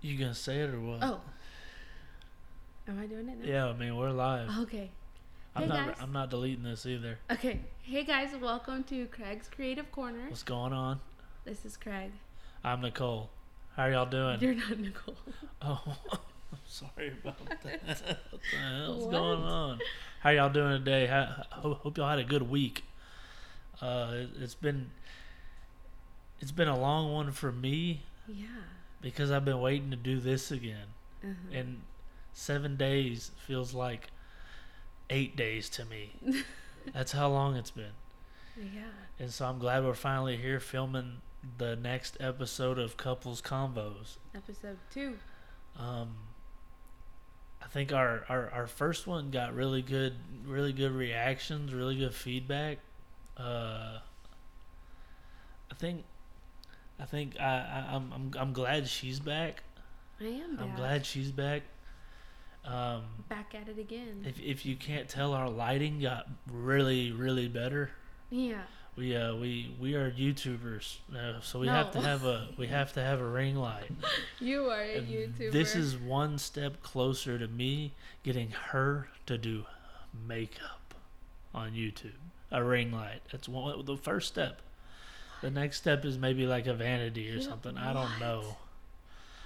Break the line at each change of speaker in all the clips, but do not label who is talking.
You gonna say it or what?
Oh. Am I doing it now?
Yeah, I mean we're live.
Okay.
I'm
Oh. Hey,
not.
guys.
I'm not deleting this either.
Okay. Hey guys, welcome to Craig's Creative Corner.
What's going on?
This is Craig.
I'm Nicole. How are y'all doing?
You're not Nicole.
oh, I'm sorry about that. what the hell's
What?
going on? How y'all doing today? How, ho- hope y'all had a good week. Uh, it, it's been. It's been a long one for me
Yeah.
because I've been waiting to do this again,
uh
and seven days feels like eight days to me. That's how long it's been.
yeah.
And so I'm glad we're finally here filming the next episode of Couples Combos.
Episode two.
Um, I think our, our, our first one got really good, really good reactions, really good feedback. Uh, I think, I think I, I I'm, I'm I'm glad she's back.
I am back.
I'm glad she's back. Um,
Back at it again.
if if you can't tell, our lighting got really really better.
yeah.
We uh we we are YouTubers, uh, so we have to
No.
have a we have to have a ring light.
You are a
And
YouTuber.
This is one step closer to me getting her to do makeup on YouTube. A ring light. That's one the first step. The next step is maybe like a vanity or
Yeah,
something. I don't
what?
know.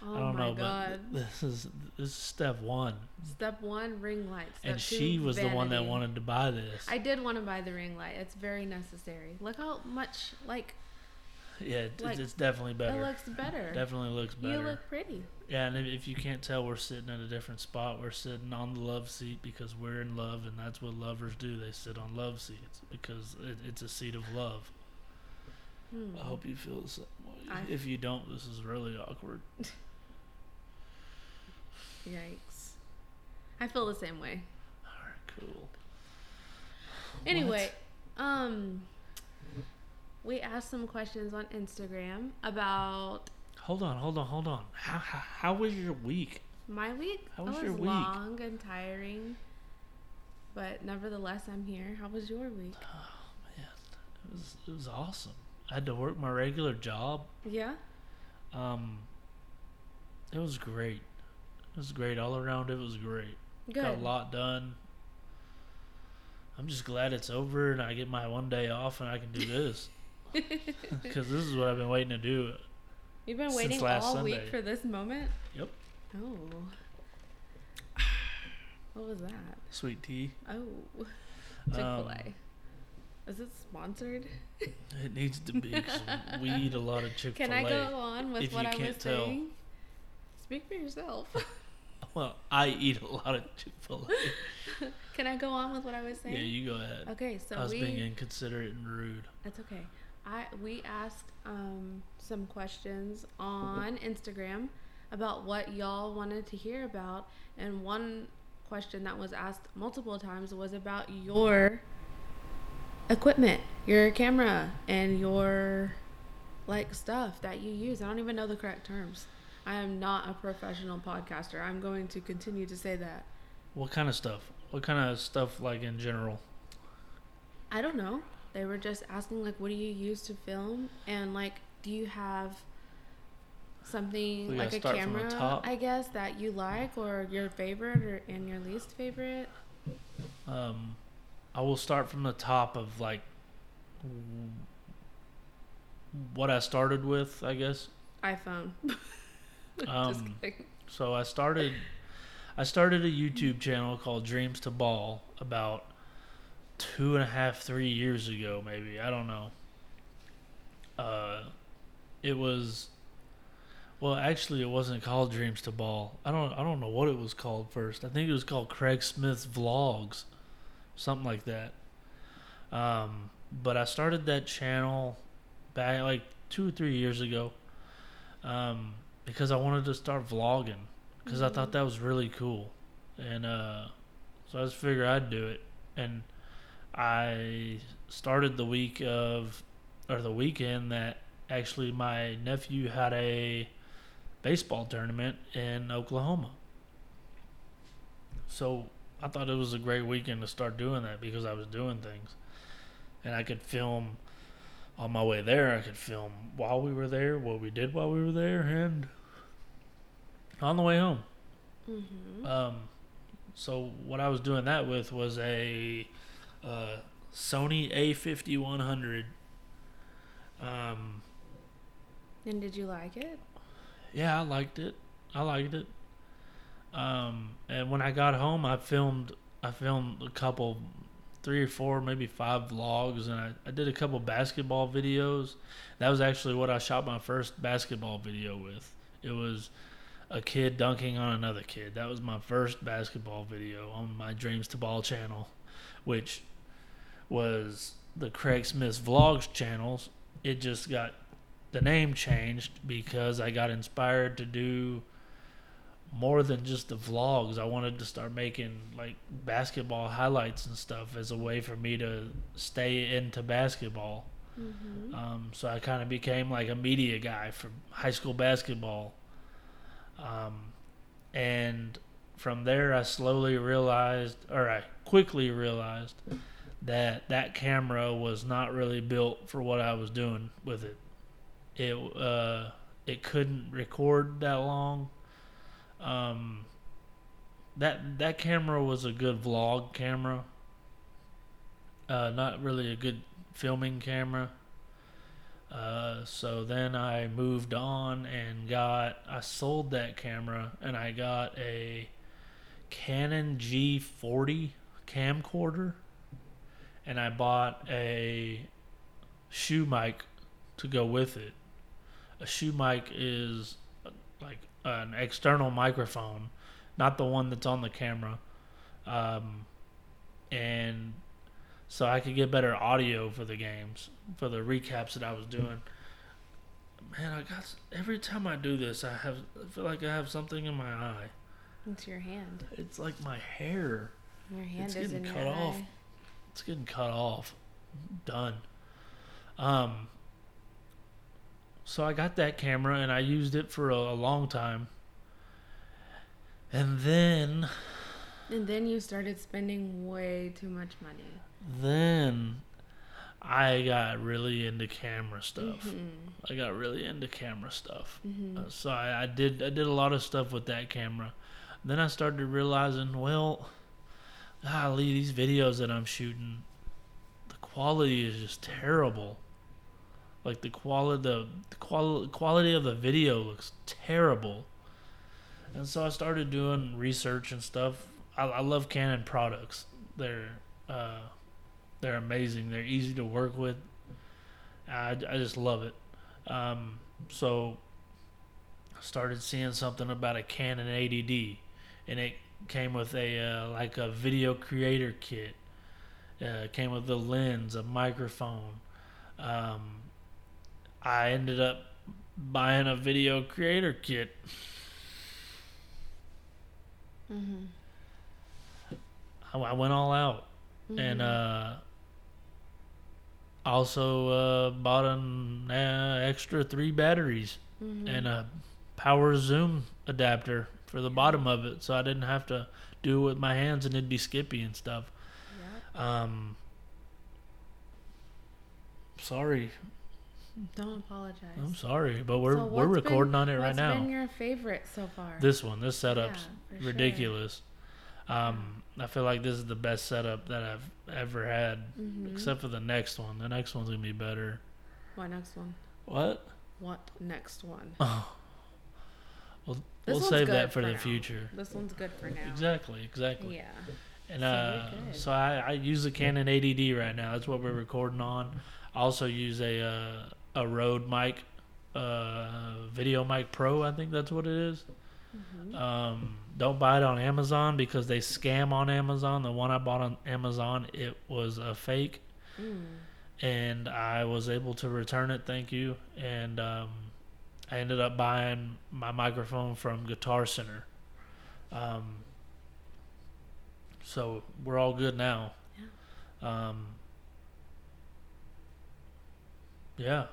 Oh
I don't
my
know,
god.
but th- this is this is step one.
Step one, ring light. Step
and she
two,
was the one that
vanity.
wanted to buy this.
I did want to buy the ring light. It's very necessary. Look how much like
yeah, it,
like,
it's definitely better.
it looks better.
definitely looks better.
You look pretty.
Yeah, and if, if you can't tell, we're sitting at a different spot. We're sitting on the love seat because we're in love, and that's what lovers do. They sit on love seats because it, it's a seat of love.
Hmm.
I hope you feel the same way.
I-
if you don't, this is really awkward.
Yikes. I feel the same way.
All right, cool.
Anyway, um we asked some questions on Instagram about
What? hold on, hold on, hold on. How, how, how was your week?
my week.
How
It
was your week?
long and tiring. But nevertheless, I'm here. How was your week?
It was, it was awesome. I had to work my regular job.
Yeah?
Um, it was great. It was great all around. It was great.
Good.
Got a lot done. I'm just glad it's over and I get my one day off and I can do this because this is what I've been waiting to do.
You've been
since
waiting
last
all week
Sunday.
for this moment?
Yep.
Oh. What was that?
Sweet tea.
Oh.
Um,
Chick fil A. Is it sponsored?
It needs to be 'cause we eat a lot of Chick Fil A.
Can I go on with
if
what
you
I
can't
was
tell.
saying? Speak for yourself.
Well, I eat a lot of Chick Fil A.
Can I go on with what I was saying?
yeah, you go ahead.
okay, Uh, so
I was
we
being inconsiderate and rude.
that's okay. I we asked um, some questions on Instagram about what y'all wanted to hear about, and one question that was asked multiple times was about your equipment, your camera, and your like stuff that you use. I don't even know the correct terms. I am not a professional podcaster. I'm going to continue to say that.
What kind of stuff? What kind of stuff, like in general?
I don't know. They were just asking like, what do you use to film, and like, do you have something
We gotta
like a
start from the
camera,
top.
I guess, that you like or your favorite or and your least favorite?
Um, I will start from the top of like w- what I started with, I guess.
iPhone. just
Um,
kidding.
So I started I started a YouTube channel called Dreams to Ball about two and a half, three years ago, maybe. I don't know. Uh it was well actually it wasn't called Dreams to Ball. I don't I don't know what it was called first. I think it was called Craig Smith Vlogs. Something like that. Um but I started that channel back like two or three years ago. Um because I wanted to start vlogging because I thought that was really cool, and uh, so I just figured I'd do it. And I started the week of, or the weekend that actually my nephew had a baseball tournament in Oklahoma. So I thought it was a great weekend to start doing that because I was doing things, and I could film. On my way there, I could film while we were there, what we did while we were there, and on the way home.
Mm-hmm.
Um, so what I was doing that with was a uh, Sony A5100. Um,
And did you like it?
yeah, I liked it. I liked it. Um, and when I got home, I filmed. I filmed a couple, three or four, maybe five vlogs, and I, I did a couple basketball videos. That was actually what I shot my first basketball video with. It was a kid dunking on another kid. That was my first basketball video on my Dreams to Ball channel, which was the Craig Smith Vlogs channels. It just got the name changed because I got inspired to do more than just the vlogs. I wanted to start making like basketball highlights and stuff as a way for me to stay into basketball.
Mm-hmm.
Um, so I kind of became like a media guy for high school basketball. Um, and from there, I slowly realized, or I quickly realized, that that camera was not really built for what I was doing with it. It uh, it couldn't record that long. Um, that that camera was a good vlog camera. Uh, not really a good filming camera. Uh, so then I moved on and got I sold that camera and I got a Canon G40 camcorder and I bought a shoe mic to go with it. A shoe mic is uh, like an external microphone, not the one that's on the camera. Um, and so I could get better audio for the games, for the recaps that I was doing. Man, I got every time I do this, I have I feel like I have something in my eye.
It's your hand.
It's like my hair.
Your hand
It's
is
getting
in your
cut off.
eye.
It's getting cut off. Done. Um so I got that camera and I used it for a, a long time. And then
And then you started spending way too much money.
then I got really into camera stuff.
Mhm.
I got really into camera stuff.
Mhm.
Uh, so I, I did I did a lot of stuff with that camera. Then I started realizing, well, golly, these videos that I'm shooting, the quality is just terrible. Like the quality the, the quali- quality of the video looks terrible. And so I started doing research and stuff. I, I love Canon products. They're uh, they're amazing. They're easy to work with. I, I just love it. Um, so started seeing something about a Canon 80D, and it came with a uh, like a video creator kit. Uh, it came with a lens, a microphone. Um, I ended up buying a video creator kit.
Mhm.
I, I went all out, and
Mhm.
uh, also uh, bought an uh, extra three batteries.
Mhm.
and uh, a power zoom adapter for the bottom of it so I didn't have to do it with my hands and it'd be skippy and stuff.
Yep.
Um sorry.
Don't apologize.
I'm sorry, but we're we're
So what's been-
recording on it right
What's
now.
been your favorite so far?
this one, this setup's
Yeah, for sure.
ridiculous. Um I feel like this is the best setup that I've ever had
Mhm.
except for the next one. The next one's going to be better.
What next one?
What?
What next one?
Oh. We'll,
This
we'll
one's
save
good
that for,
for
the
now.
future.
This one's good for now.
Exactly, exactly.
Yeah.
And
So you're
uh,
good. Mm-hmm.
so I, I use the Canon 80D right now. That's what we're recording on. I also use a uh, a Rode mic, uh, Video Mic Pro. I think that's what it is.
Mhm.
Um, don't buy it on Amazon because they scam on Amazon. The one I bought on Amazon, it was a fake,
Mm.
and I was able to return it. Thank you. And um, I ended up buying my microphone from Guitar Center. Um, so we're all good now. Yeah. Um, yeah.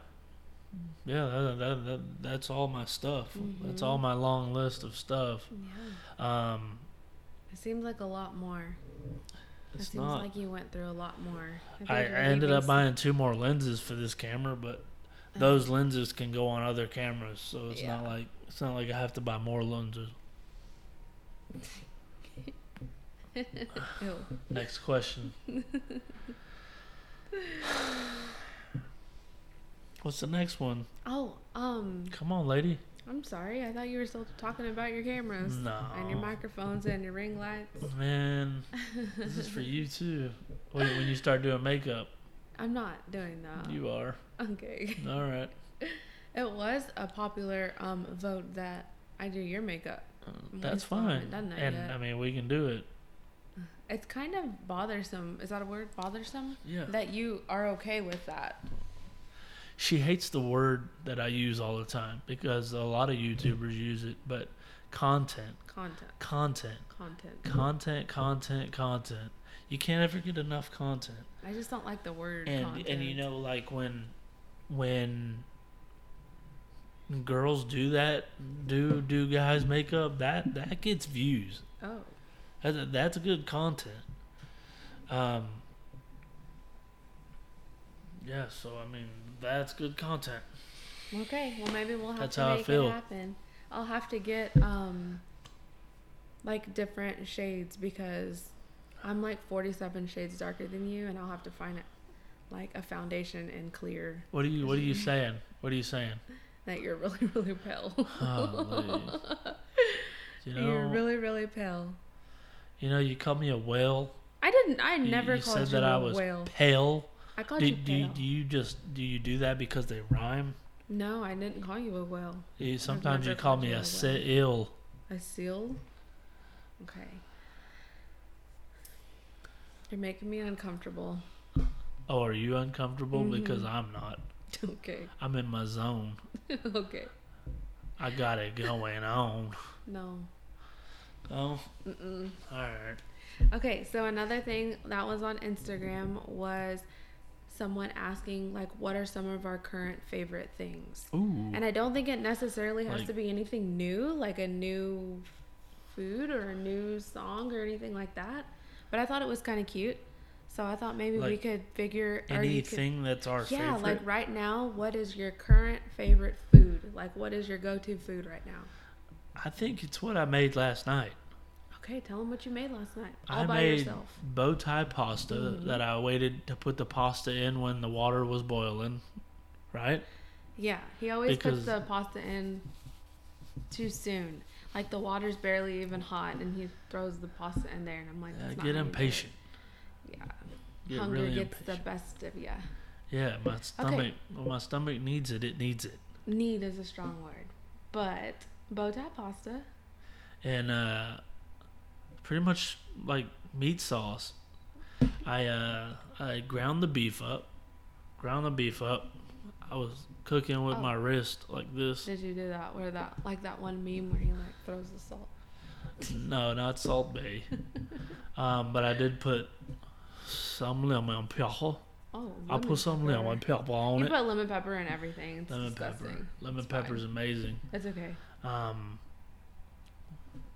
Yeah, that, that, that, that's all my stuff. That's
Mhm.
all my long list of stuff.
Yeah.
Um,
It seems like a lot more. It
it's
seems
not.
like you went through a lot more. feel
I, I
like you're
ended
leaving
up buying two more lenses for this camera, but
s-
those lenses can go on other cameras, so it's
Yeah.
not like It's not like I have to buy more lunges.
Ew.
Next question. What's the next one?
Oh, um,
Come on, lady.
I'm sorry. I thought you were still talking about your cameras
No.
and your microphones and your ring lights.
Man, this is for you too. Wait, when you start doing makeup,
I'm not doing that.
you are.
Okay.
All right.
It was a popular um vote that I do your makeup.
That's
still haven't
fine.
done that
And
yet.
I mean, we can do it.
It's kind of bothersome. Is that a word? Bothersome?
Yeah.
That you are okay with that.
She hates the word that I use all the time because a lot of YouTubers use it, but content,
Content.
content,
Content.
content, content, content. You can't ever get enough content.
I just don't like the word
and
content.
and you know like when when girls do that do do guys makeup that that gets views
Oh.
that's, that's good content um yeah so i mean that's good content
Okay. Well, maybe we'll have
That's
to
how I
make
feel.
it happen. I'll have to get um like different shades because I'm like 47 shades darker than you, and I'll have to find it like a foundation in clear
what are you what are you saying what are you saying
that you're really really pale.
Holy. you
you're
know
really really pale.
you know you called me a whale
I didn't. I
You-
never
you
called
said
you
that
a
I was
whale.
pale
I called
do,
you
do,
pale.
do you just do you do that because they rhyme
no, I didn't call you a whale.
You, sometimes you
never
call
heard
me
you
a
that
sit
way.
ill.
A seal. Okay. You're making me uncomfortable.
Oh, are you uncomfortable? Because
Mhm.
I'm not.
okay.
I'm in my zone.
okay.
I got it going on.
No.
Oh,
Mm-mm.
all right.
Okay, so another thing that was on Instagram was someone asking like what are some of our current favorite things?
Ooh.
And I don't think it necessarily has
Like-
to be anything new, like a new food or a new song or anything like that. But I thought it was kind of cute. So I thought maybe we
Like,
could figure or you could-
Anything that's our
yeah,
favorite.
like right now, what is your current favorite food? Like what is your go-to food right now?
I think it's what I made last night.
Okay, tell them what you made last night all
I
by
made
yourself. Mm-hmm.
bow tie pasta that I waited to put the pasta in when the water was boiling, right?
Yeah, he always
Because-
puts the pasta in too soon. Like the water's barely even hot, and he throws the pasta in there, and I'm like,
I
That's
Uh, get
not how you do it."
impatient.
Yeah,
Get
hunger
really
gets
impatient.
the best of you.
Yeah, my stomach. When my stomach needs it, it needs it.
Need is a strong word, but bow tie pasta.
and uh, pretty much like meat sauce. I uh, I ground the beef up, ground the beef up. I was cooking with
Oh.
my wrist like this.
Did you do that? Where that like that one meme where he like throws the salt?
No, not Salt Bay, um, but I did put some lemon pepper.
Oh,
I put some lemon pepper on
You
it.
put lemon pepper in everything. It's
Lemon
disgusting.
pepper. Lemon
It's fine.
pepper is amazing.
It's okay.
Um,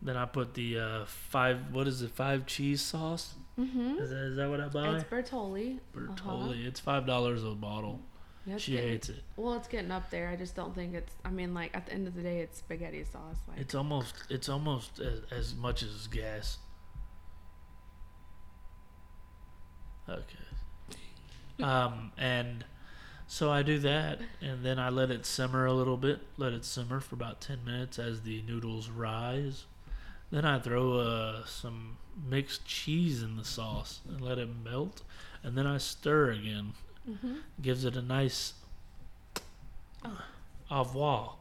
then I put the uh, five. What is it? Five cheese sauce.
Mm-hmm.
Is that, is that what I buy?
It's Bertoli.
Bertolli. It's five dollars a bottle.
Yeah, it's
She
getting-
hates it.
Well, it's getting up there. I just don't think it's. I mean, like at the end of the day, it's spaghetti sauce. Like
It's almost it's almost as, as much as gas. Okay. Um and so I do that and then I let it simmer a little bit, let it simmer for about 10 minutes as the noodles rise. Then I throw uh, some mixed cheese in the sauce and let it melt and then I stir again.
hmm
Gives it a nice au revoir.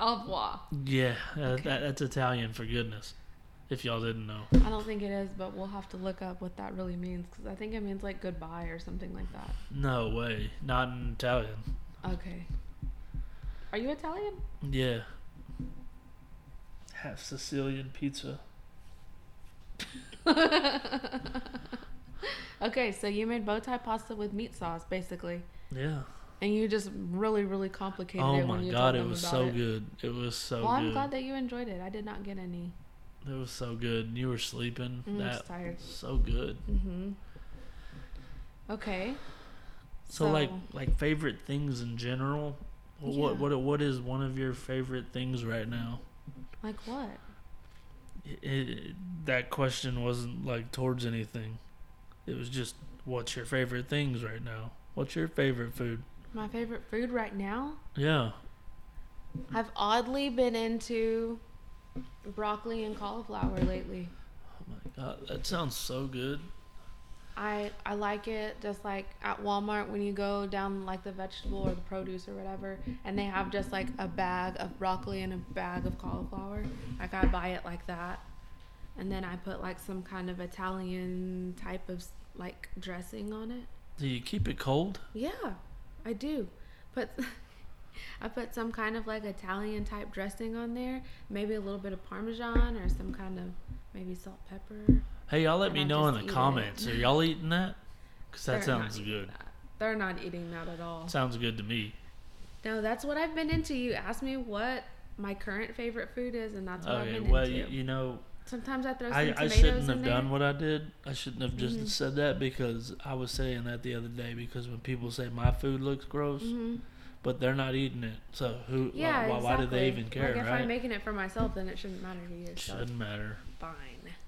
au revoir.
Yeah, that,
Okay.
that, that's Italian for goodness. If y'all didn't know,
I don't think it is, but we'll have to look up what that really means because I think it means like goodbye or something like that.
no way, not in Italian.
Okay. Are you Italian?
Yeah, half Sicilian pizza.
okay, so you made bow tie pasta with meat sauce, basically,
Yeah.
and you just really, really complicated
Oh
it when
my
you
god,
told
it
them
was
about
so
it.
good. It was so
well, I'm
good.
glad that you enjoyed it. I did not get any.
it was so good. You were sleeping.
I'm
that
just tired.
so good.
Mm-hmm. Okay.
So, like like favorite things in general. Well,
Yeah.
What what what is one of your favorite things right now?
Like what?
It, it, that question wasn't like towards anything. It was just what's your favorite things right now? What's your favorite food?
My favorite food right now?
Yeah.
I've oddly been into broccoli and cauliflower lately.
Oh my god, that sounds so good.
I I like it just like at Walmart when you go down like the vegetable or the produce or whatever, and they have just like a bag of broccoli and a bag of cauliflower. Like I buy it like that, and then I put like some kind of Italian type of like dressing on it.
Do you keep it cold?
Yeah, I do. Put I put some kind of like Italian type dressing on there, maybe a little bit of parmesan or some kind of maybe salt pepper.
Hey, y'all let
And
me
I'll
know in
just
the
eat it.
comments. Are y'all eating that? Cuz that
They're not
sounds
eating
good.
that. They're not eating that at all.
Sounds good to me.
No, that's what I've been into. You asked me what my current favorite food is, and that's what I've
Okay,
been
well,
into.
you, you know,
Sometimes I throw some
I, I
tomatoes
shouldn't
in
have
there.
done what I did. I shouldn't have just
Mhm.
said that because I was saying that the other day because when people say my food looks gross,
Mhm.
but they're not eating it, so who?
Yeah,
why, why, why do they
exactly.
even care,
Like if I'm
right?
making it for myself, then it shouldn't matter to you. So it's
Shouldn't matter.
fine.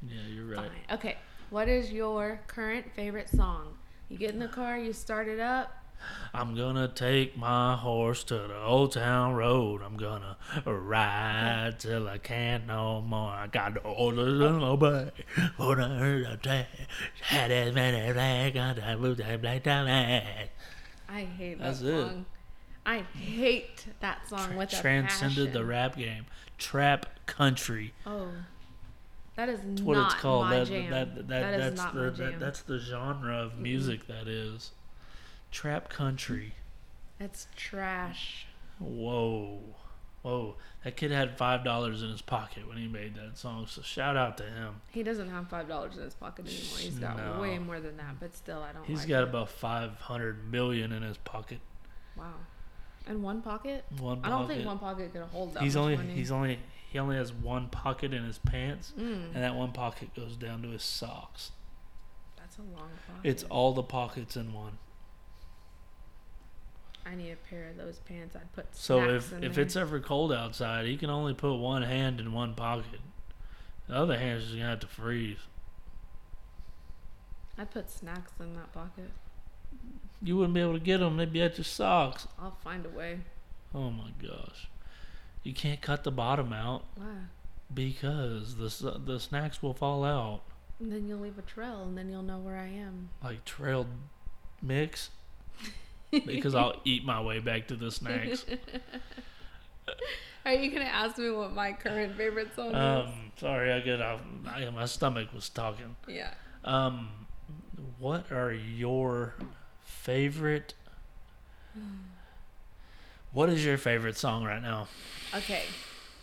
Yeah, you're right.
Fine. Okay. What is your current favorite song? You get in the car, you start it up.
I'm gonna take my horse to the old town road. I'm gonna ride till I can't no more. I got the older than obey. What I heard I tell. Had as many black, I got blue, black, black, black.
I hate
That's
that
it.
song. I hate that song with a
transcended the
passion.
rap game. Trap country.
Oh, that is
That's
not
what it's called.
my
That,
jam.
that, that,
that is
that's
not
the,
my
that-
jam.
that's the genre of music that is. Trap country.
That's trash.
Whoa. Whoa. That kid had five dollars in his pocket when he made that song, so shout out to him.
He doesn't have five dollars in his pocket anymore. He's got
No.
way more than that, but still, I don't.
He's
like
got
it.
about five hundred million in his pocket.
wow, and one pocket.
One
I
pocket.
don't think one pocket could hold that.
he's
much
only
money.
he's only he only has one pocket in his pants
Mm,
and that one pocket goes down to his socks.
that's a long pocket.
It's all the pockets in one.
I need a pair of those pants. I'd put.
So
snacks
if
in
if
there.
it's ever cold outside, he can only put one hand in one pocket. The other hand's just gonna have to freeze.
I'd put snacks in that pocket.
You wouldn't be able to get them; they'd be at your socks.
I'll find a way.
Oh my gosh! You can't cut the bottom out
Why?
because the s- the snacks will fall out
And then you'll leave a trail, and then you'll know where I am.
like trailed mix. because I'll eat my way back to the snacks.
Are you gonna ask me what my current favorite song
Um, sorry, I get off. I, my stomach was talking.
is? Yeah.
Um, what are your favorite? What is your favorite song right now?
Okay,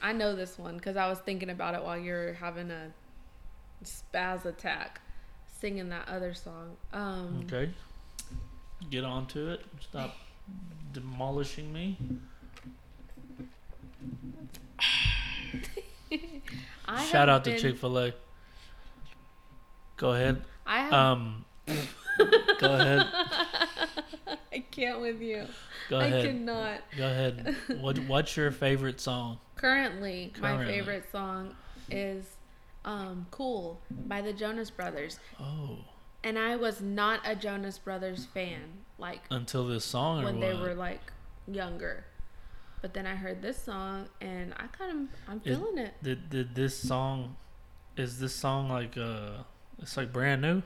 I know this one because I was thinking about it while you're having a spaz attack, singing that other song. Um,
Okay, get on to it. Stop demolishing me.
I
Shout
have
out to
been-
Chick Fil A. Go ahead.
I have,
Um, go ahead.
I can't with you.
Go
I
ahead.
cannot.
Go ahead. What What's your favorite song?
Currently, my
Currently.
favorite song is um, "Cool" by the Jonas Brothers,
Oh,
and I was not a Jonas Brothers fan. Like
until this song or
when
what?
they were like younger. But then I heard this song and I kind of I'm
It-
feeling it.
Did did this song? Is this song like uh? It's like brand new.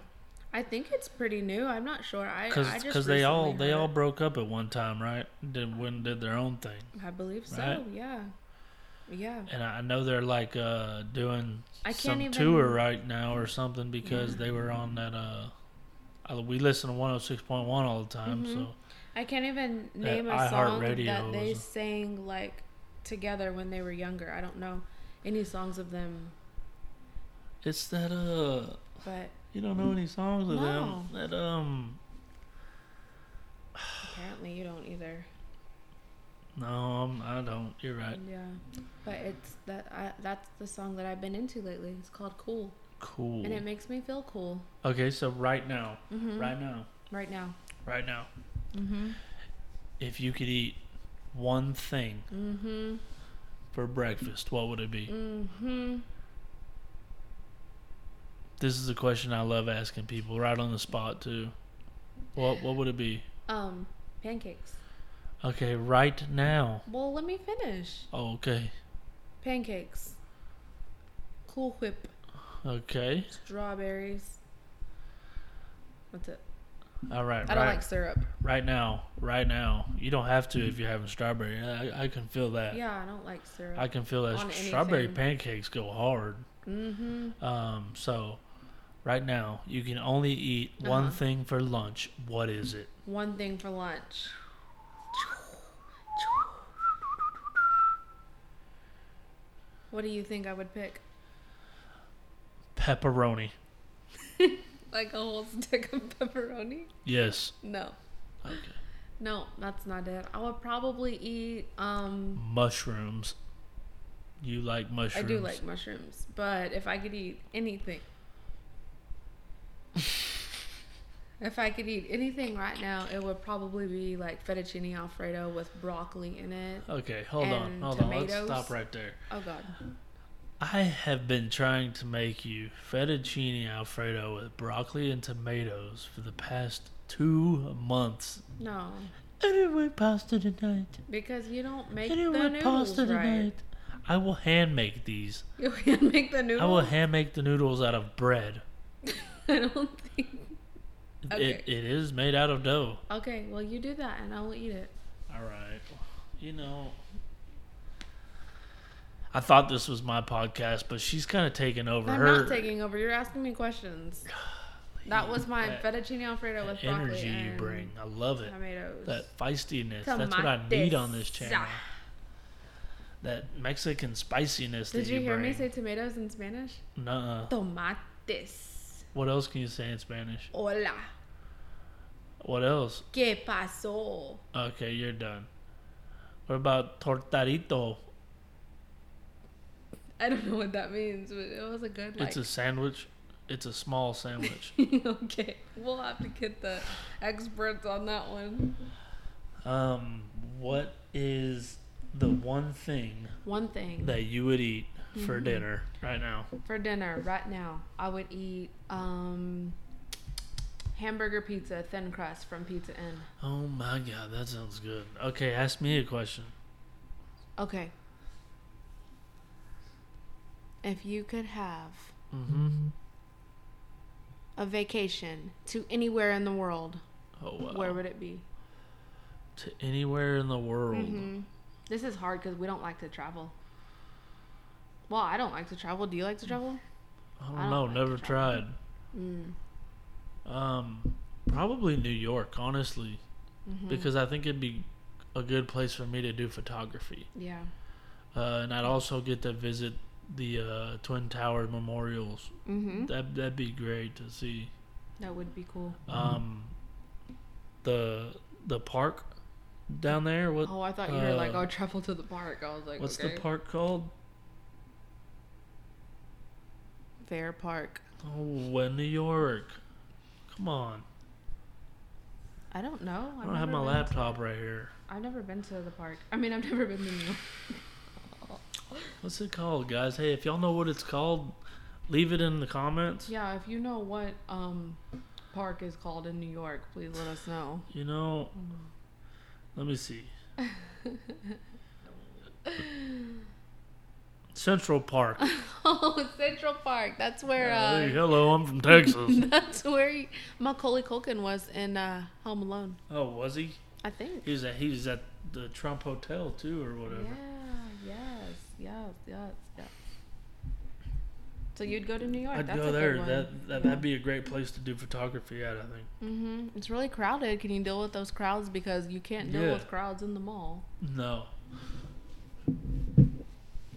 I think it's pretty new. I'm not sure. I I
Cause,
just
'cause they all
recently
they
heard
all
it.
broke up at one time, right? Did when did their own thing,
I believe so.
right?
Yeah, yeah.
and I I know they're like uh doing
I
some
can't even.
tour right now or something because they were on that uh. I- We listen to one hundred six point one all the time,
Mhm.
so
I can't even name a
iHeart
song
Radio
that they
is-
sang like together when they were younger. I don't know any songs of them,
it's that uh.
but
You don't know any songs of them that um.
apparently you don't either.
No, I'm, I don't. You're right.
Yeah, but it's that I, that's the song that I've been into lately. It's called Cool,
Cool.
and it makes me feel cool.
Okay, so right now,
Mm-hmm.
right now,
right now.
right now,
Mm-hmm.
if you could eat one thing
Mm-hmm.
for breakfast, what would it be?
Mm-hmm.
This is a question I love asking people right on the spot too. What what would it be?
Um, pancakes.
Okay, right now.
Well, let me finish.
Oh, okay.
Pancakes. Cool Whip.
Okay.
Strawberries. That's it.
All right.
I
right,
don't like syrup.
right now. Right now. You don't have to if you're having strawberry. I, I can feel that.
Yeah, I don't like syrup.
I can feel
On
that strawberry
anything.
pancakes go hard.
mm-hmm.
Um, so right now you can only eat one
Uh-huh.
thing for lunch. What is it?
One thing for lunch. What do you think I would pick?
Pepperoni.
Like a whole stick of pepperoni?
Yes.
No.
Okay.
No, that's not it. I would probably eat um
Mushrooms. You like mushrooms?
I do like mushrooms, but if I could eat anything If I could eat anything right now, it would probably be like fettuccine alfredo with broccoli in it.
Okay, hold on,
and
hold on.
tomatoes.
Let's stop right there.
Oh god.
I have been trying to make you fettuccine alfredo with broccoli and tomatoes for the past two months.
No.
I didn't want pasta tonight.
Because you don't
I
make the
didn't want
noodles
pasta
right.
tonight. I will hand make these.
You can make the noodles.
I will hand make the noodles out of bread.
I don't think. Okay.
It, it is made out of dough.
Okay, well you do that, and I will eat it.
All right. You know, I thought this was my podcast, but she's kind of taking over
I'm
her
not taking over. You're asking me questions. That was my
That
fettuccine alfredo with broccoli
energy you
and
bring. I love it.
tomatoes.
That feistiness. That's what I need on this channel.
Tomatoes.
That Mexican spiciness
Did
that
you
you,
hear
bring.
me say tomatoes in Spanish?
Nuh-uh.
Tomates.
What else can you say in Spanish?
Hola.
What else?
¿Qué pasó?
Okay, you're done. What about tortadito?
I don't know what that means, but it was a good like.
it's a sandwich. It's a small sandwich.
okay, we'll have to get the experts on that one.
um, what is the one thing
One thing.
that you would eat
Mm-hmm.
for dinner right now?
For dinner right now, I would eat um, hamburger pizza, thin crust from Pizza Inn.
Oh my god, that sounds good. Okay, ask me a question.
Okay. If you could have
Mm-hmm.
a vacation to anywhere in the world,
Oh wow.
where would it be?
to anywhere in the world.
hmm This is hard because we don't like to travel. Well, I don't like to travel. Do you like to travel?
I don't,
I don't
know.
like
never
to travel.
tried.
Mm.
Um, probably New York, honestly,
hmm
because I think it'd be a good place for me to do photography.
yeah.
Uh, and I'd also get to visit the uh, Twin Tower memorials.
hmm
That that'd be great to see.
That would be cool.
Um, the the park down there. What
Oh, I thought you were like,
uh,
oh, travel to the park. I was like,
what's
okay.
the park called?
Fair Park.
Oh, in New York. Come on,
I don't know.
I don't have my laptop right here.
I've never been to the park. I mean, I've never been to New York.
What's it called, guys? Hey, if y'all know what it's called, leave it in the comments.
Yeah, if you know what um park is called in New York, please let us know.
You know,
Mm-hmm.
let me see. Central Park.
oh, Central Park. That's where
Hey,
uh,
hello, I'm from Texas.
that's where he, Macaulay Culkin was in uh, Home Alone.
oh, was he?
I think.
He was at he was at the Trump Hotel too, or whatever.
Yeah. Yes. Yes. Yes. Yes. So you'd go to New York.
I'd
that's
go
a
there.
Good one.
That, that that'd be a great place to do photography at. I think.
hmm It's really crowded. Can you deal with those crowds? Because you can't deal
Yeah.
with crowds in the mall.
No,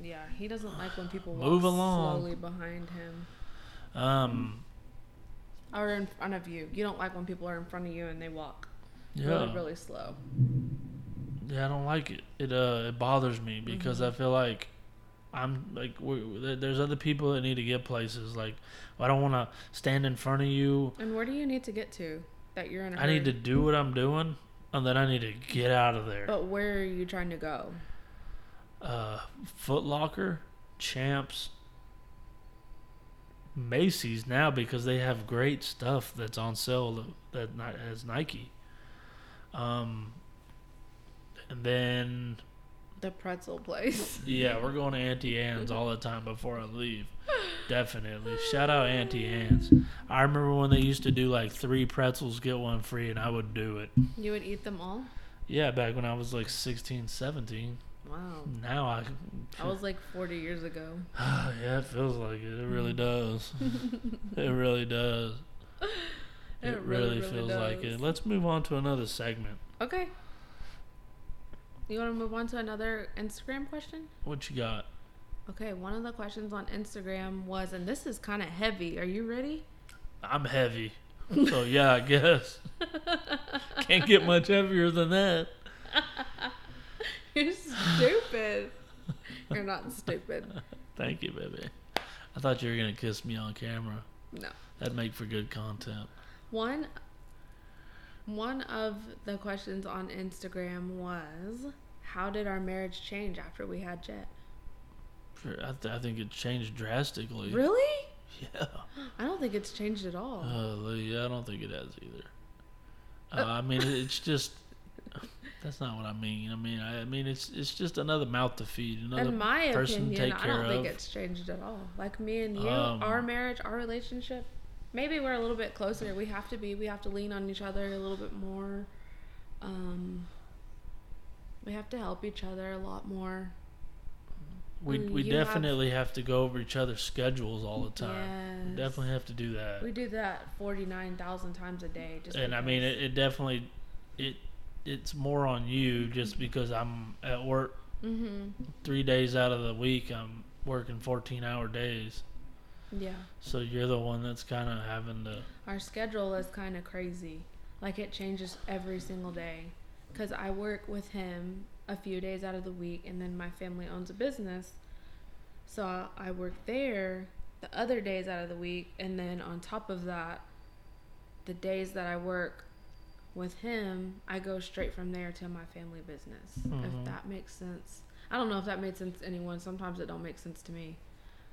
Yeah, he doesn't like when people walk
Move along.
slowly behind him
um,
or in front of you. You don't like when people are in front of you and they walk really,
yeah,
really slow.
yeah. I don't like it. It uh, it bothers me because
Mm-hmm.
I feel like I'm like we, there- there's other people that need to get places. Like I don't want to stand in front of you.
And where do you need to get to that you're in a
I
hurry?
need to do what I'm doing, and then I need to get out of there.
But where are you trying to go?
Uh, Foot Locker, Champs, Macy's now because they have great stuff that's on sale that that has Nike. Um, and then
The pretzel place.
yeah, we're going to Auntie Anne's all the time before I leave. Definitely. Shout out Auntie Anne's. I remember when they used to do like three pretzels, get one free, and I would do it.
You would eat them all?
Yeah, back when I was like 16, 17.
Wow.
Now I.
That was like 40 years ago.
yeah, it feels like it. It really does. it really does. It,
It
really,
really, really
feels like
does.
it. Let's move on to another segment.
Okay. You want to move on to another Instagram question?
What you got?
Okay, one of the questions on Instagram was, and this is kind of heavy. Are you ready?
I'm heavy. So, yeah, I guess. Can't get much heavier than that.
You're stupid. You're not stupid.
Thank you, baby. I thought you were going to kiss me on camera.
No.
That'd make for good content.
One one of the questions on Instagram was, how did our marriage change after we had Jet?
For- I, th- I think it changed drastically.
Really?
Yeah.
I don't think it's changed at all.
Uh, yeah, I don't think it has either. Uh, I mean, it's just. That's not what I mean. I mean, I, I mean, it's it's just another mouth to feed, another
in my
person to
opinion,
take
I
care
don't
of.
think it's changed at all. Like me and you,
Um,
our marriage, our relationship, maybe we're a little bit closer. We have to be. We have to lean on each other a little bit more. Um, we have to help each other a lot more.
we
Mm,
we
you have-
definitely have... to go over each other's schedules all the time. We
Yes.
definitely have to do that.
We do that forty nine thousand times a day. Just
and I mean,
because.
it, it definitely it it's more on you just because I'm at work
Mhm.
three days out of the week. I'm working fourteen hour days,
Yeah,
so you're the one that's kind of having to.
our schedule is kind of crazy. Like it changes every single day. Cause I work with him a few days out of the week, and then my family owns a business, so I, I work there the other days out of the week, and then on top of that, the days that I work with him, I go straight from there to my family business.
Mhm.
If that makes sense, I don't know if that made sense to anyone. Sometimes it don't make sense to me,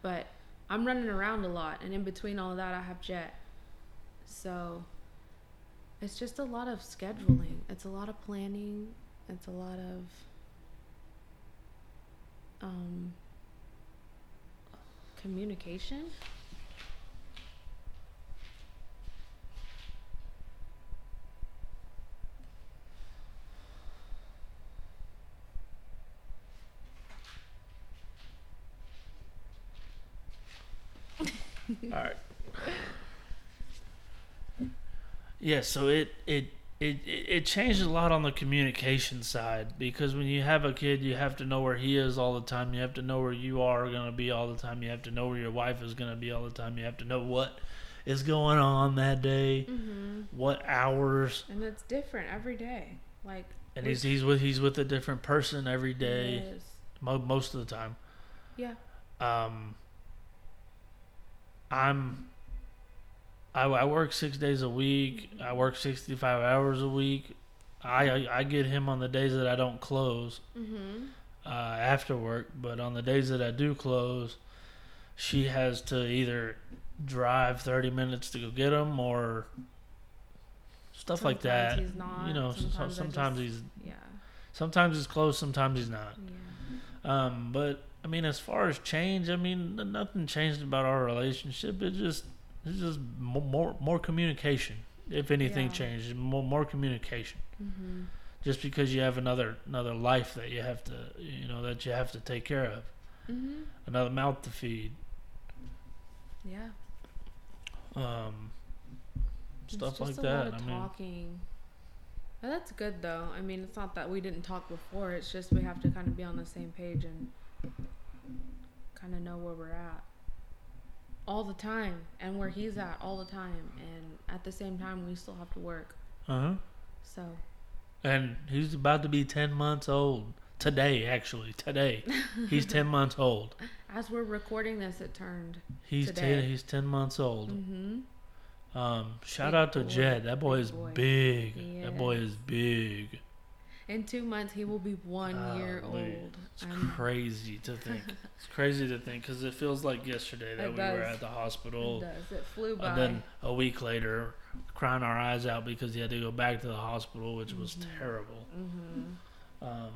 but I'm running around a lot, and in between all of that, I have Jet, so it's just a lot of scheduling. It's a lot of planning. It's a lot of um, communication.
All right. Yeah, so it it, it it it changed a lot on the communication side because when you have a kid, you have to know where he is all the time. You have to know where you are going to be all the time. You have to know where your wife is going to be all the time. You have to know what is going on that day,
Mm-hmm.
what hours.
And it's different every day. Like
And he's he's with he's with a different person every day,
Yes.
mo- most of the time.
Yeah.
um i'm I, I work six days a week i work 65 hours a week I, I i get him on the days that i don't close
Mm-hmm.
uh after work but on the days that i do close she has to either drive 30 minutes to go get him or stuff like that
He's not.
you know so-
Sometimes,
sometimes,
I just-
he's
Yeah.
sometimes he's close sometimes he's not
Yeah.
um, but I mean, as far as change, I mean, n- nothing changed about our relationship. It just, it's just more, more, more communication. If anything
Yeah.
changed, more, more communication.
Mm-hmm.
Just because you have another, another life that you have to, you know, that you have to take care of,
Mm-hmm.
another mouth to feed,
Yeah.
um, stuff
it's
like
just a
that.
Lot
I
of
mean,
talking. But that's good though. I mean, it's not that we didn't talk before. It's just we have to kind of be on the same page and kind of know where we're at all the time and where he's at all the time. And at the same time, we still have to work.
uh huh.
So
And he's about to be ten months old today. Actually, today, he's ten months old.
as we're recording this, it turned.
He's
Today.
ten. He's ten months old.
Mm-hmm.
Um, shout
Big
out to
boy,
Jed. That boy
big
is
boy.
big. That boy
Yes.
is big.
In two months, he will be one year
Golly.
old.
It's
I'm-
crazy to think. it's crazy to think because it feels like yesterday that
It
we were
does.
at the
it
hospital,
does. It flew by.
and then a week later, crying our eyes out because he had to go back to the hospital, which was
Mhm.
terrible.
mm-hmm.
Um,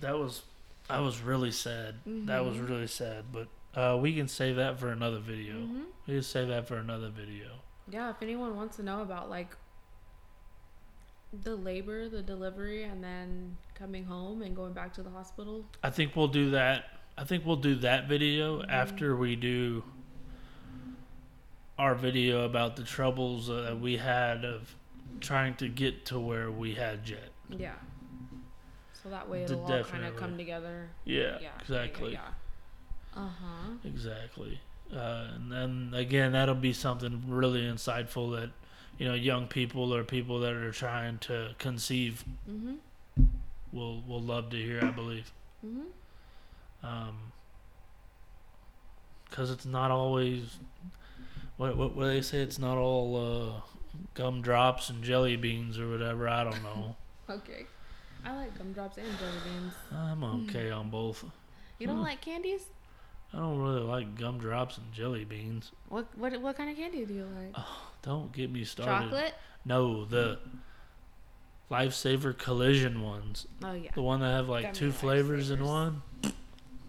that was, I was really sad. That was
Mhm.
really sad. But uh, we can save that for another video.
hmm
We can save that for another video.
Yeah, if anyone wants to know about like the labor, the delivery, and then coming home and going back to the hospital.
I think we'll do that. I think we'll do that video
Mhm.
after we do our video about the troubles that we had of trying to get to where we had Jet.
Yeah. So that way
Mm. D-
it'll all kind of
definitely.
come together.
Yeah,
Yeah. yeah,
exactly,
Yeah. Uh huh.
exactly. Uh, and then again, that'll be something really insightful that you know young people or people that are trying to conceive
Mm-hmm.
will will love to hear. I believe.
Mm-hmm.
Um 'cause because it's not always what, what what do they say it's not all uh gumdrops and jelly beans or whatever i don't know
Okay. I like gumdrops and jelly beans.
i'm
Hmm.
okay on both
You don't
Mm.
like candies?
i don't really like gumdrops and jelly beans
What what what kind of candy do you like?
don't get me started
Chocolate?
no the lifesaver collision ones
Oh yeah.
the one that have like
Gummy
two flavors in
Lifesavers.
one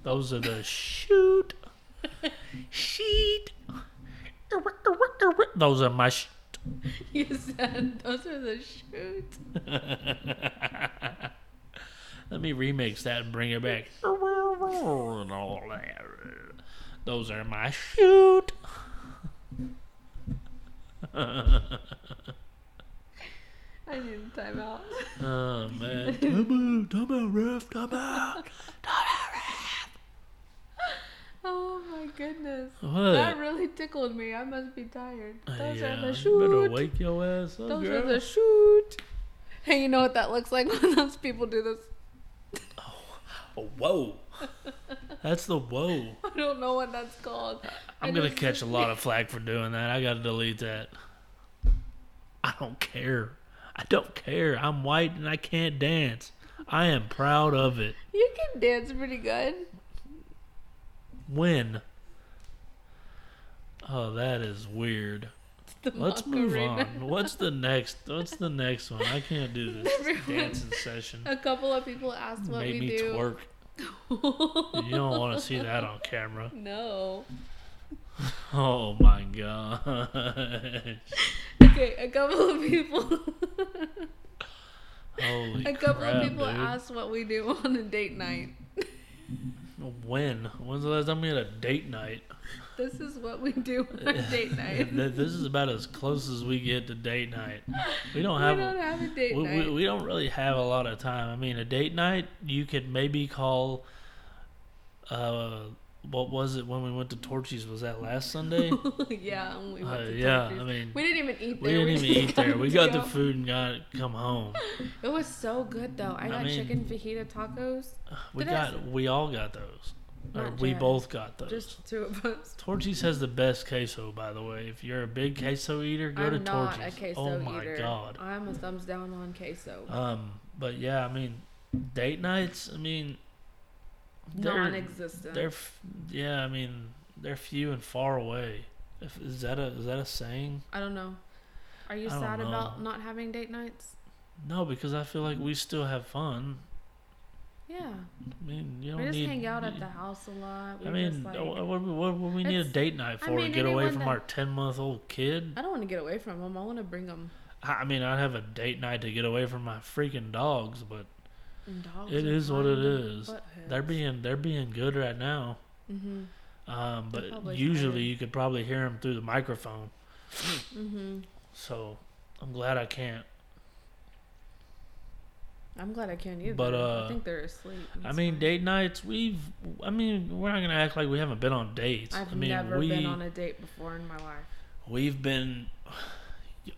those are the shoot sheet those are my sh-
you said those are the shoots.
Let me remix that and bring it back. And all that. Those are my shoot. Oh,
I need a timeout.
Oh man. Time out, time out, ref, time out.
Oh my goodness. That
What?
really tickled me. I must be tired. Those
Uh, yeah,
are
you
the
better
shoot.
wake your ass up.
Those
girl.
are the shoot. Hey, you know what that looks like when those people do this?
whoa. That's the whoa.
I don't know what that's called.
I'm
I
gonna
just-
catch a lot of flack for doing that. I gotta delete that. I don't care. I don't care. I'm white and I can't dance. I am proud of it.
You can dance pretty good.
When? Oh, that is weird.
It's the
Let's move
Macarena.
on. What's the next? What's the next one? I can't do this
Everyone-
dancing session.
A couple of people asked what
Made
we
me
do.
twerk. You don't want to see that on camera.
no.
Oh my god.
Okay, a couple of people.
Holy
a couple
crap,
of people
dude.
asked what we do on a date night.
When? When's the last time we had a date night?
This is what we do on a date night.
Th- this is about as close as we get to date night. We
we
don't have.
don't have a date
we,
night.
we, we don't really have a lot of time. I mean, a date night you could maybe call. Uh, what was it when we went to Torchy's? Was that last Sunday?
yeah, and we went
Uh,
to
yeah,
Tucker's.
I mean,
we didn't even eat
we
there.
didn't even
just
eat there. We
to
got the
go.
food and got come home.
It was so good though. I
I
got
mean-
chicken fajita tacos.
We
But that's-
got we all got those, or
Not
we
yet.
both got those.
Just two of us.
Torchy's has the best queso, by the way. If you're a big queso eater, go
I'm
to
not
Torchy's.
a queso
oh my
eater.
god.
I'm a thumbs down on queso.
Um, but yeah, I mean, date nights. I mean, they're
Non-existent.
they're f- yeah. I mean, they're few and far away. If, is that a is that a saying?
I don't know. Are you
I don't
sad
know.
about not having date nights?
No, because I feel like we still have fun.
Yeah,
I mean, you don't
we just
need.
hang out at the house a lot. We
I mean, oh,
just, like,
what, what, what, what we need a
It's-
date night
I
for?
mean,
to get away
anyone
from
that-
our ten month old kid.
I don't want to get away from them. I want to bring them.
I, I mean, I'd have a date night to get away from my freaking dogs, but
Dogs
It
are
is what it
fine,
is.
buttheads.
they're being they're being good right now.
Mhm.
Um,
They're
but
probably
usually
tired.
you could probably hear them through the microphone.
Mhm.
So I'm glad I can't.
I'm glad I can't either.
But, uh,
I think they're asleep.
I
It's
mean,
fine.
date nights. We've. I mean, we're not gonna act like we haven't been on dates.
I've
I mean,
never
we
been on a date before in my life.
we've been.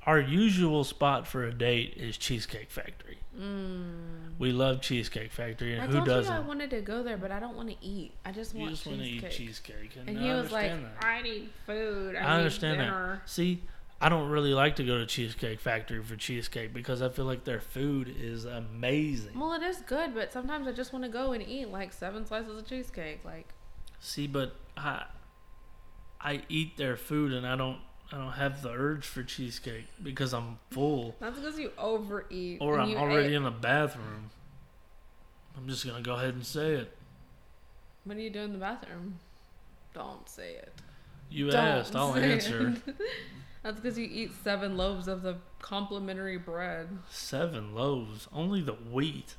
Our usual spot for a date is Cheesecake Factory.
Mm.
We love Cheesecake Factory, and
I
who
told
doesn't?
you I wanted to go there, but I don't want to eat. I just
you
want
just want to
cheesecake.
eat cheesecake, and,
And
I
he was like,
understand that.
"I need food. I,
I understand
need dinner."
that. See, I don't really like to go to Cheesecake Factory for cheesecake because I feel like their food is amazing.
Well, it is good, but sometimes I just want to go and eat like seven slices of cheesecake. Like,
See, but I I eat their food and I don't I don't have the urge for cheesecake because I'm full
that's because you overeat.
or
and
I'm
you
already
ate-
in the bathroom. I'm just gonna go ahead and say it.
What do you do in the bathroom? Don't say it.
You
Don't
asked, I'll
say it.
answer.
That's because you eat seven loaves of the complimentary bread.
Seven loaves, only the wheat.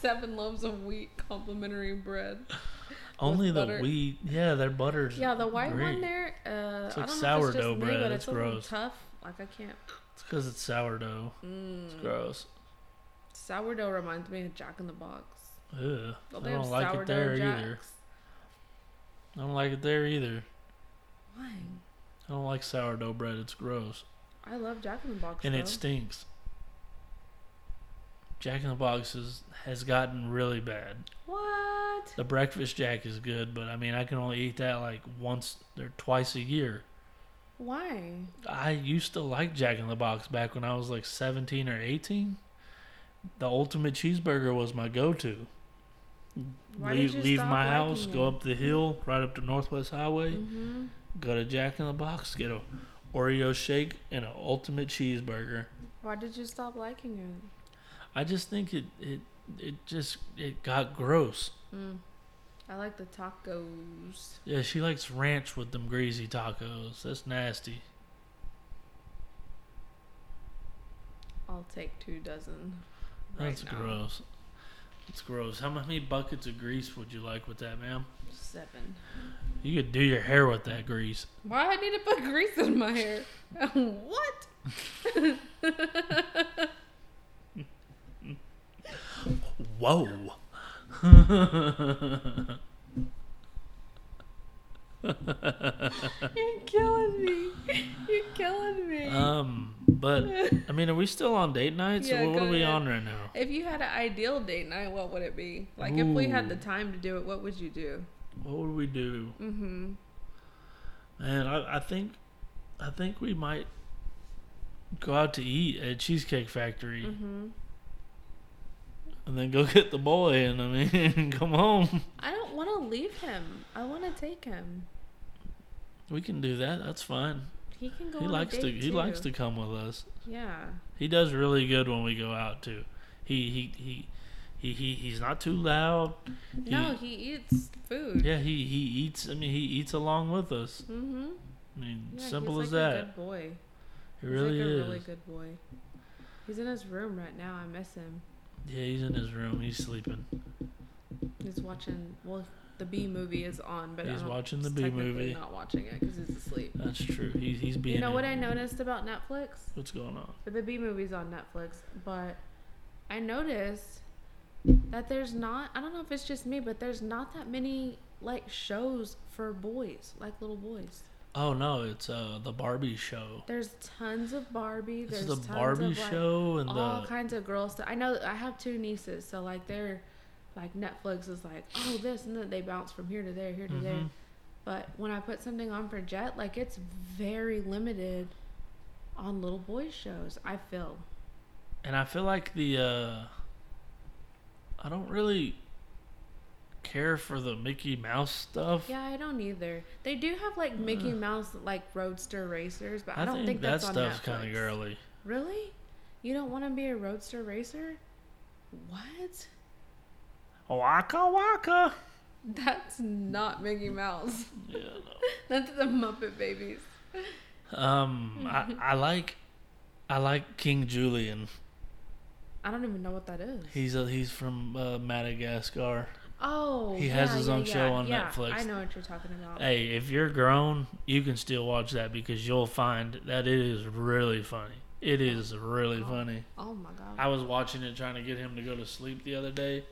seven loaves of wheat complimentary bread.
Only the
butter.
wheat. Yeah, their butter's
Yeah, the white
great.
one there. Uh,
It's
I
like
don't know if it's
sourdough
just
bread,
Me, but
it's
it's, a little
gross.
tough. Like I can't.
It's because it's sourdough.
Mm.
It's gross.
Sourdough reminds me of Jack in the Box.
Ugh.
Don't
I
they have
don't like
sourdough
it there
jacks?
either. I don't like it there either.
Why?
I don't like sourdough bread. It's gross.
I love Jack in the Box.
And
though.
it stinks. Jack in the Box is, has gotten really bad.
what?
The breakfast jack is good, but I mean, I can only eat that like once or twice a year.
Why?
I used to like Jack in the Box back when I was like 17 or 18. The ultimate cheeseburger was my go to.
Why did
Leave,
you
leave
stop
my
liking
house, go
it?
up the hill, right up to Northwest Highway,
Mm-hmm.
go to Jack in the Box, get a Oreo shake and an ultimate cheeseburger.
Why did you stop liking it?
I just think it it it just it got gross.
Mm. I like the tacos.
Yeah, she likes ranch with them greasy tacos. That's nasty.
I'll take two dozen. Right
That's
now.
gross. It's gross. How many buckets of grease would you like with that, ma'am?
Seven.
You could do your hair with that grease.
Why I need to put grease in my hair? what?
Whoa.
You're killing me. You're killing me.
um, but I mean, are we still on date nights?
Yeah,
what what
go
are we
ahead.
on right now?
if you had an ideal date night, what would it be? Like if we had the
Ooh.
time to do it, what would you do?
What would we do?
Mm-hmm.
Man, I, I think, I think we might go out to eat at Cheesecake Factory
Mm-hmm.
and then go get the boy and I mean, come home.
I don't want to leave him. I want to take him.
We can do that. That's fine.
He can go.
he
on a
likes to.
date
He likes
too.
to come with us.
Yeah.
He does really good when we go out too. He he he. He, he, he's not too loud. He-
no, he eats food.
Yeah, he, he eats. I mean, he eats along with us.
Mm-hmm.
I mean,
Yeah,
simple
he's
as
like
that.
A good boy.
He
He's
really
like a
is.
really good boy. He's in his room right now. I miss him.
Yeah, he's in his room. He's sleeping.
He's watching. Well, the B movie is on, but I
He's
don't-
watching the
he's
B
technically
movie.
Not watching it because he's asleep.
That's true. He, he's being.
You know what
in-
I noticed about Netflix?
What's going on?
The B movie's on Netflix, but I noticed that there's not. I don't know if it's just me, but there's not that many like shows for boys, like little boys.
Oh no, it's uh the Barbie show.
There's tons of Barbie.
This
There's
is the
tons
Barbie
of, like,
show and
all
the
kinds of girls. I know I have two nieces, so like they're like Netflix is like oh this and then they bounce from here to there, here to there.
Mhm.
But when I put something on for Jet, like it's very limited on little boy shows. I feel
and I feel like the uh I don't really care for the Mickey Mouse stuff.
yeah, I don't either. They do have like Mickey Mouse like roadster racers, but I,
I,
don't
think,
think
that
that's on
stuff's
Netflix.
kind of girly.
Really, you don't want to be a roadster racer? What?
Waka waka.
That's not Mickey Mouse.
Yeah.
That's the Muppet Babies.
no. Um, I, I like, I like King Julian.
I don't even know what that is.
He's a, he's from uh, Madagascar.
oh,
he has
yeah,
his
yeah,
own show
yeah,
on
yeah.
Netflix.
I know what you're talking about.
Hey, if you're grown, you can still watch that because you'll find that it is really funny. It is really
Oh.
funny.
oh my god!
I was watching it trying to get him to go to sleep the other day,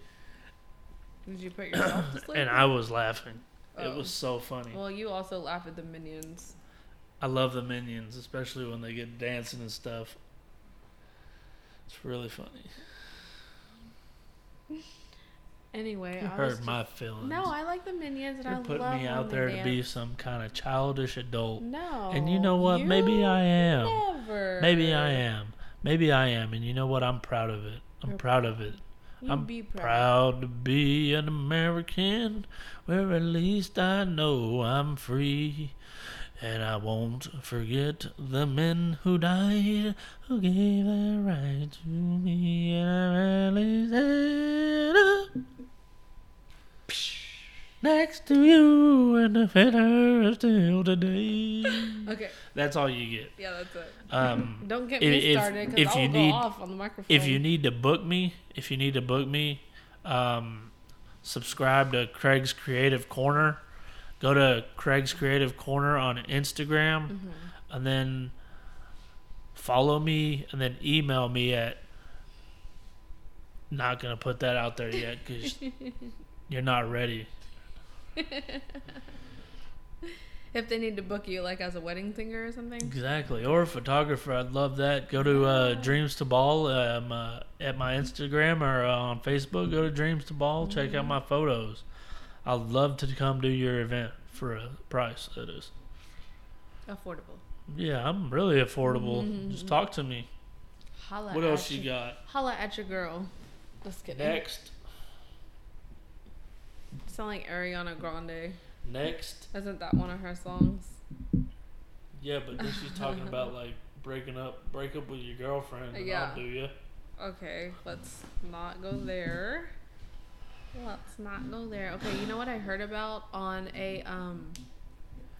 Did you put yourself to sleep?
and I was laughing.
Oh.
It was so funny.
Well, you also laugh at the minions.
I love the minions, especially when they get dancing and stuff. It's really funny.
Anyway,
You
I was
hurt my feelings.
No, I like the minions and
You're
I
putting
love
me
when
out
they
there to
dance.
be some kind of childish adult.
No.
And you know what? Maybe
you
I am.
Never.
Maybe I am. Maybe I am. And you know what? I'm proud of it. I'm
You're
proud of it.
You
I'm
be proud.
Proud to be an American, where at least I know I'm free. And I won't forget the men who died, who gave their right to me. And I rarely stand up next to you, and the fetter is still today.
Okay.
That's all you get.
Yeah, that's it.
Um,
Don't get
If-
me
if-
started
if
because I
you
will
need-
go off on the microphone.
if you need to book me, if you need to book me, um, subscribe to Craig's Creative Corner. Go to Craig's Creative Corner on Instagram,
Mm-hmm.
and then follow me, and then email me at. Not gonna put that out there yet because you're not ready.
if they need to book you like as a wedding singer or something.
Exactly. Or a photographer. I'd love that. Go to uh, Dreams to Ball um, uh, at my Instagram or uh, on Facebook. Go to Dreams to Ball. Check out my photos. I'd love to come do your event for a price, that is.
Affordable.
Yeah, I'm really affordable. Just talk to me.
Holla
what
at
else you
your-
got?
Holla at your girl. Just kidding.
Next.
Sound like Ariana Grande.
Next.
Isn't that one of her songs?
Yeah, but this she's talking about like breaking up, break up with your girlfriend. And
Yeah.
I'll do you.
Okay, let's not go there. Let's not go there. Okay, you know what I heard about on a um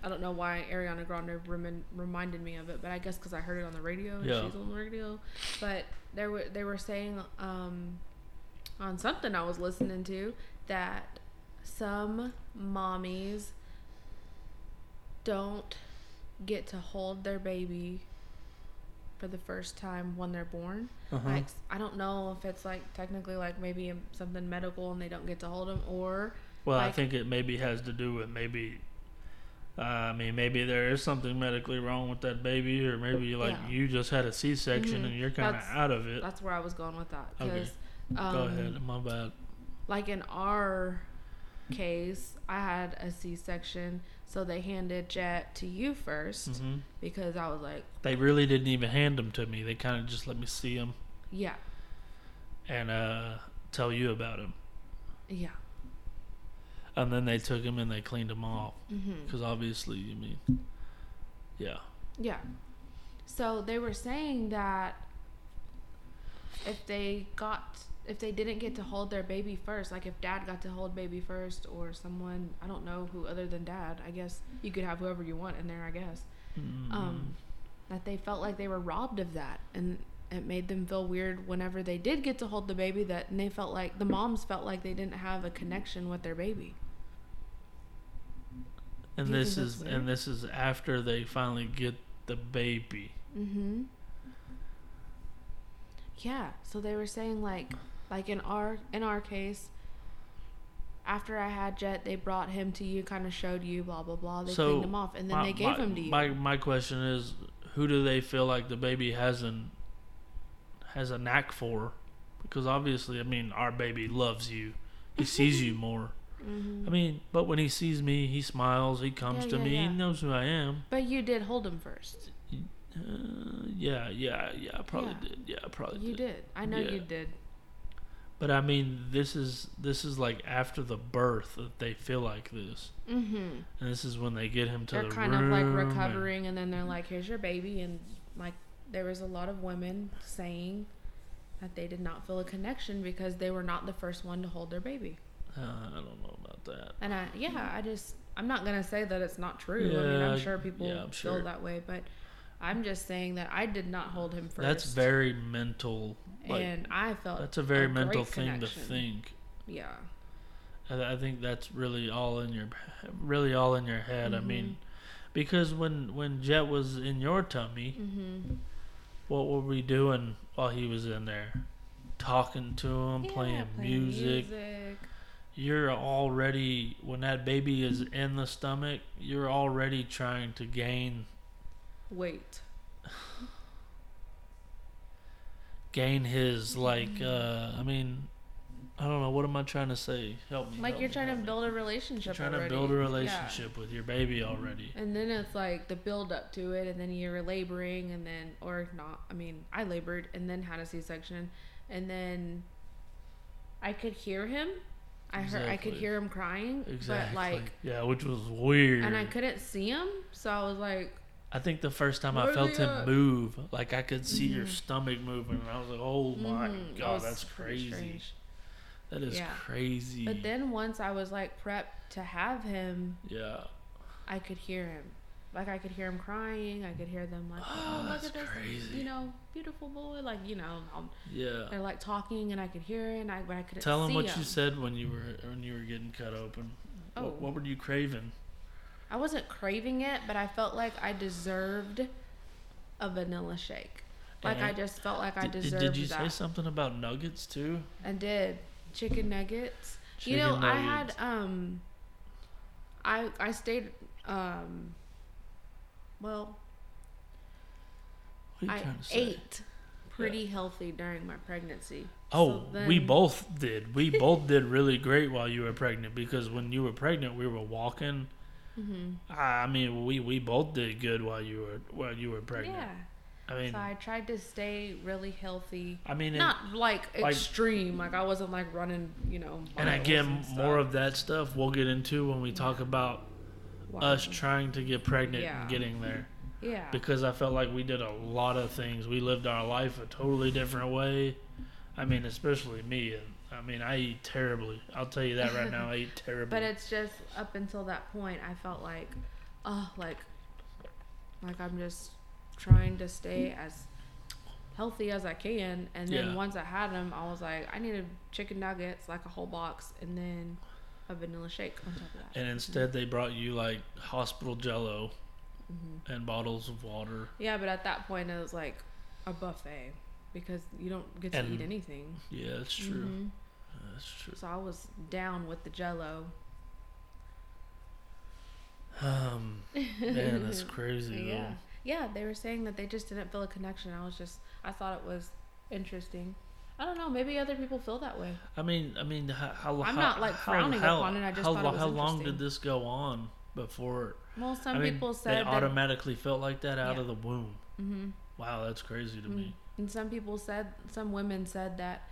I don't know why Ariana Grande remin- reminded me of it, but I guess because I heard it on the radio and
Yeah.
she's on the radio. But there were they were saying um on something I was listening to that some mommies don't get to hold their baby for the first time when they're born.
Uh-huh.
Like I don't know if it's like technically like maybe something medical and they don't get to hold them or
Well, I
Like-
think it maybe has to do with maybe. Uh, I mean, maybe there is something medically wrong with that baby, or maybe like
Yeah.
you just had a C-section
Mhm.
and you're kind of
That's-
out of it.
that's where I was going with that
Okay.
because
Go
um,
ahead, my bad.
like in our case, I had a C-section, so they handed Jet to you 1st
hmm
because I was like,
They really didn't even hand them to me. They kind of just let me see them
yeah,
and uh, tell you about him,
yeah,
and then they took him and they cleaned him off
mm-hmm.
because obviously, you mean, yeah,
Yeah. So they were saying that if they got if they didn't get to hold their baby first, like if dad got to hold baby first or someone, I don't know who other than dad, I guess you could have whoever you want in there, I guess.
Mm-hmm.
Um that they felt like they were robbed of that and it made them feel weird whenever they did get to hold the baby that and they felt like the moms felt like they didn't have a connection with their baby.
and
do you
this
think
is
that's
and
weird?
this is after they finally get the baby.
Mm-hmm. Yeah. So they were saying like, like in our in our case, after I had Jet, they brought him to you, kind of showed you, blah blah blah. They
So,
cleaned him off, and then they gave him to you.
My my question is, who do they feel like the baby has an has a knack for? Because obviously, I mean, our baby loves you. He sees you more.
hmm
I mean, but when he sees me, he smiles. He comes
Yeah,
to
yeah,
me.
yeah.
He knows who I am.
But you did hold him first.
Uh, yeah, yeah, yeah. I probably
Yeah.
did. Yeah, I probably
You
did.
did. I know
Uh, Yeah.
you did.
But I mean, this is this is like after the birth that they feel like this,
Mm-hmm.
and this is when they get him to
They're
the
kind
room.
of like
and-
recovering, and then they're like, "Here's your baby," and like there was a lot of women saying that they did not feel a connection because they were not the first one to hold their baby.
Uh, I don't know about that.
And I, yeah, I just, I'm not gonna say that it's not true. I mean,
Yeah,
I'm sure people
yeah, I'm sure.
feel that way, but I'm just saying that I did not hold him first.
That's very mental. Like,
and I felt
that's a very
great
mental thing
connection.
to think.
yeah,
I, I think that's really all in your, really all in your head. I mean, because when when Jet was in your tummy,
mm-hmm.
what were we doing while he was in there? Talking to him, Mm-hmm. playing, music. You're already when that baby is in the stomach, you're already trying to gain
Wait, Mm-hmm.
gain his like. Uh, I mean, I don't know. What am I trying to say? Help me.
Like
help
you're
me,
trying to
help me.
build a
You're
relationship.
trying
already.
to build a
Yeah.
relationship with your baby already.
And then it's like the build up to it, and then you're laboring, and then or not. I mean, I labored and then had a C-section, and then I could hear him. I heard I could
Exactly.
hear him crying,
Exactly.
but like,
yeah, which was weird.
and I couldn't see him, so I was like,
I think the first time I
Where's
felt
he
him
at?
move, like I could see your stomach moving, and I was like, "Oh my
Mhm. That
god,
Mm-hmm. was
that's
pretty
crazy!
strange.
That is
Yeah.
crazy."
But then once I was like prepped to have him,
yeah,
I could hear him. Like I could hear him crying. I could hear them like,
Oh,
oh, look
that's
at this,
crazy.
you know, beautiful boy. Like you know, um,
yeah.
they're like talking, and I could hear it, and I but I couldn't
Tell
see
him what
him.
you said when you were when you were getting cut open.
Oh.
What, what were you craving?
I wasn't craving it, but I felt like I deserved a vanilla shake. Like I
And
just felt like I
Did- did,
deserved
did you say
that.
something about nuggets too?
I did chicken nuggets. you know,
Chicken
I had
nuggets.
um, I I stayed um, well,
What are you
I
trying to say?
ate pretty healthy during my pregnancy.
Oh,
So
we
then-
both did. We both did really great while you were pregnant because when you were pregnant, we were walking.
Mm-hmm.
I I mean, we we both did good while you were while you were pregnant.
Yeah.
I mean,
So I tried to stay really healthy.
I mean, and-
Not like
like-
extreme. Like I wasn't like running, you know.
and
miles
again,
stuff.
more of that stuff we'll get into when we talk about
Wow.
us trying to get pregnant and
Yeah.
getting there
Yeah.
because I felt like we did a lot of things. We lived our life a totally different way. I mean, especially me. I mean, I eat terribly. I'll tell you that right now. I eat terribly.
But it's just up until that point, I felt like, oh, like, like I'm just trying to stay as healthy as I can. And then
Yeah.
once I had them, I was like, I needed chicken nuggets, like a whole box, and then a vanilla shake on top of that.
And instead, they brought you like hospital jello and bottles of water.
Mm-hmm. Yeah, but at that point, it was like a buffet because you don't get to
And-
eat anything.
Yeah, that's true.
Mhm.
That's true.
So I was down with the Jello.
Um, man, that's crazy. though.
Yeah. Yeah, they were saying that they just didn't feel a connection. I was just I thought it was interesting. I don't know, maybe other people feel that way.
I mean, I mean, how, how
I'm
how-
not, like,
how,
frowning
how,
upon it, I just
how,
thought it
lo-
was
how long did
interesting.
this go on before?
Well, some
I mean,
people
they
said that,
automatically felt like that out
Yeah.
of the womb.
Mhm.
Wow, that's crazy to me.
mm-hmm. and some people said some women said that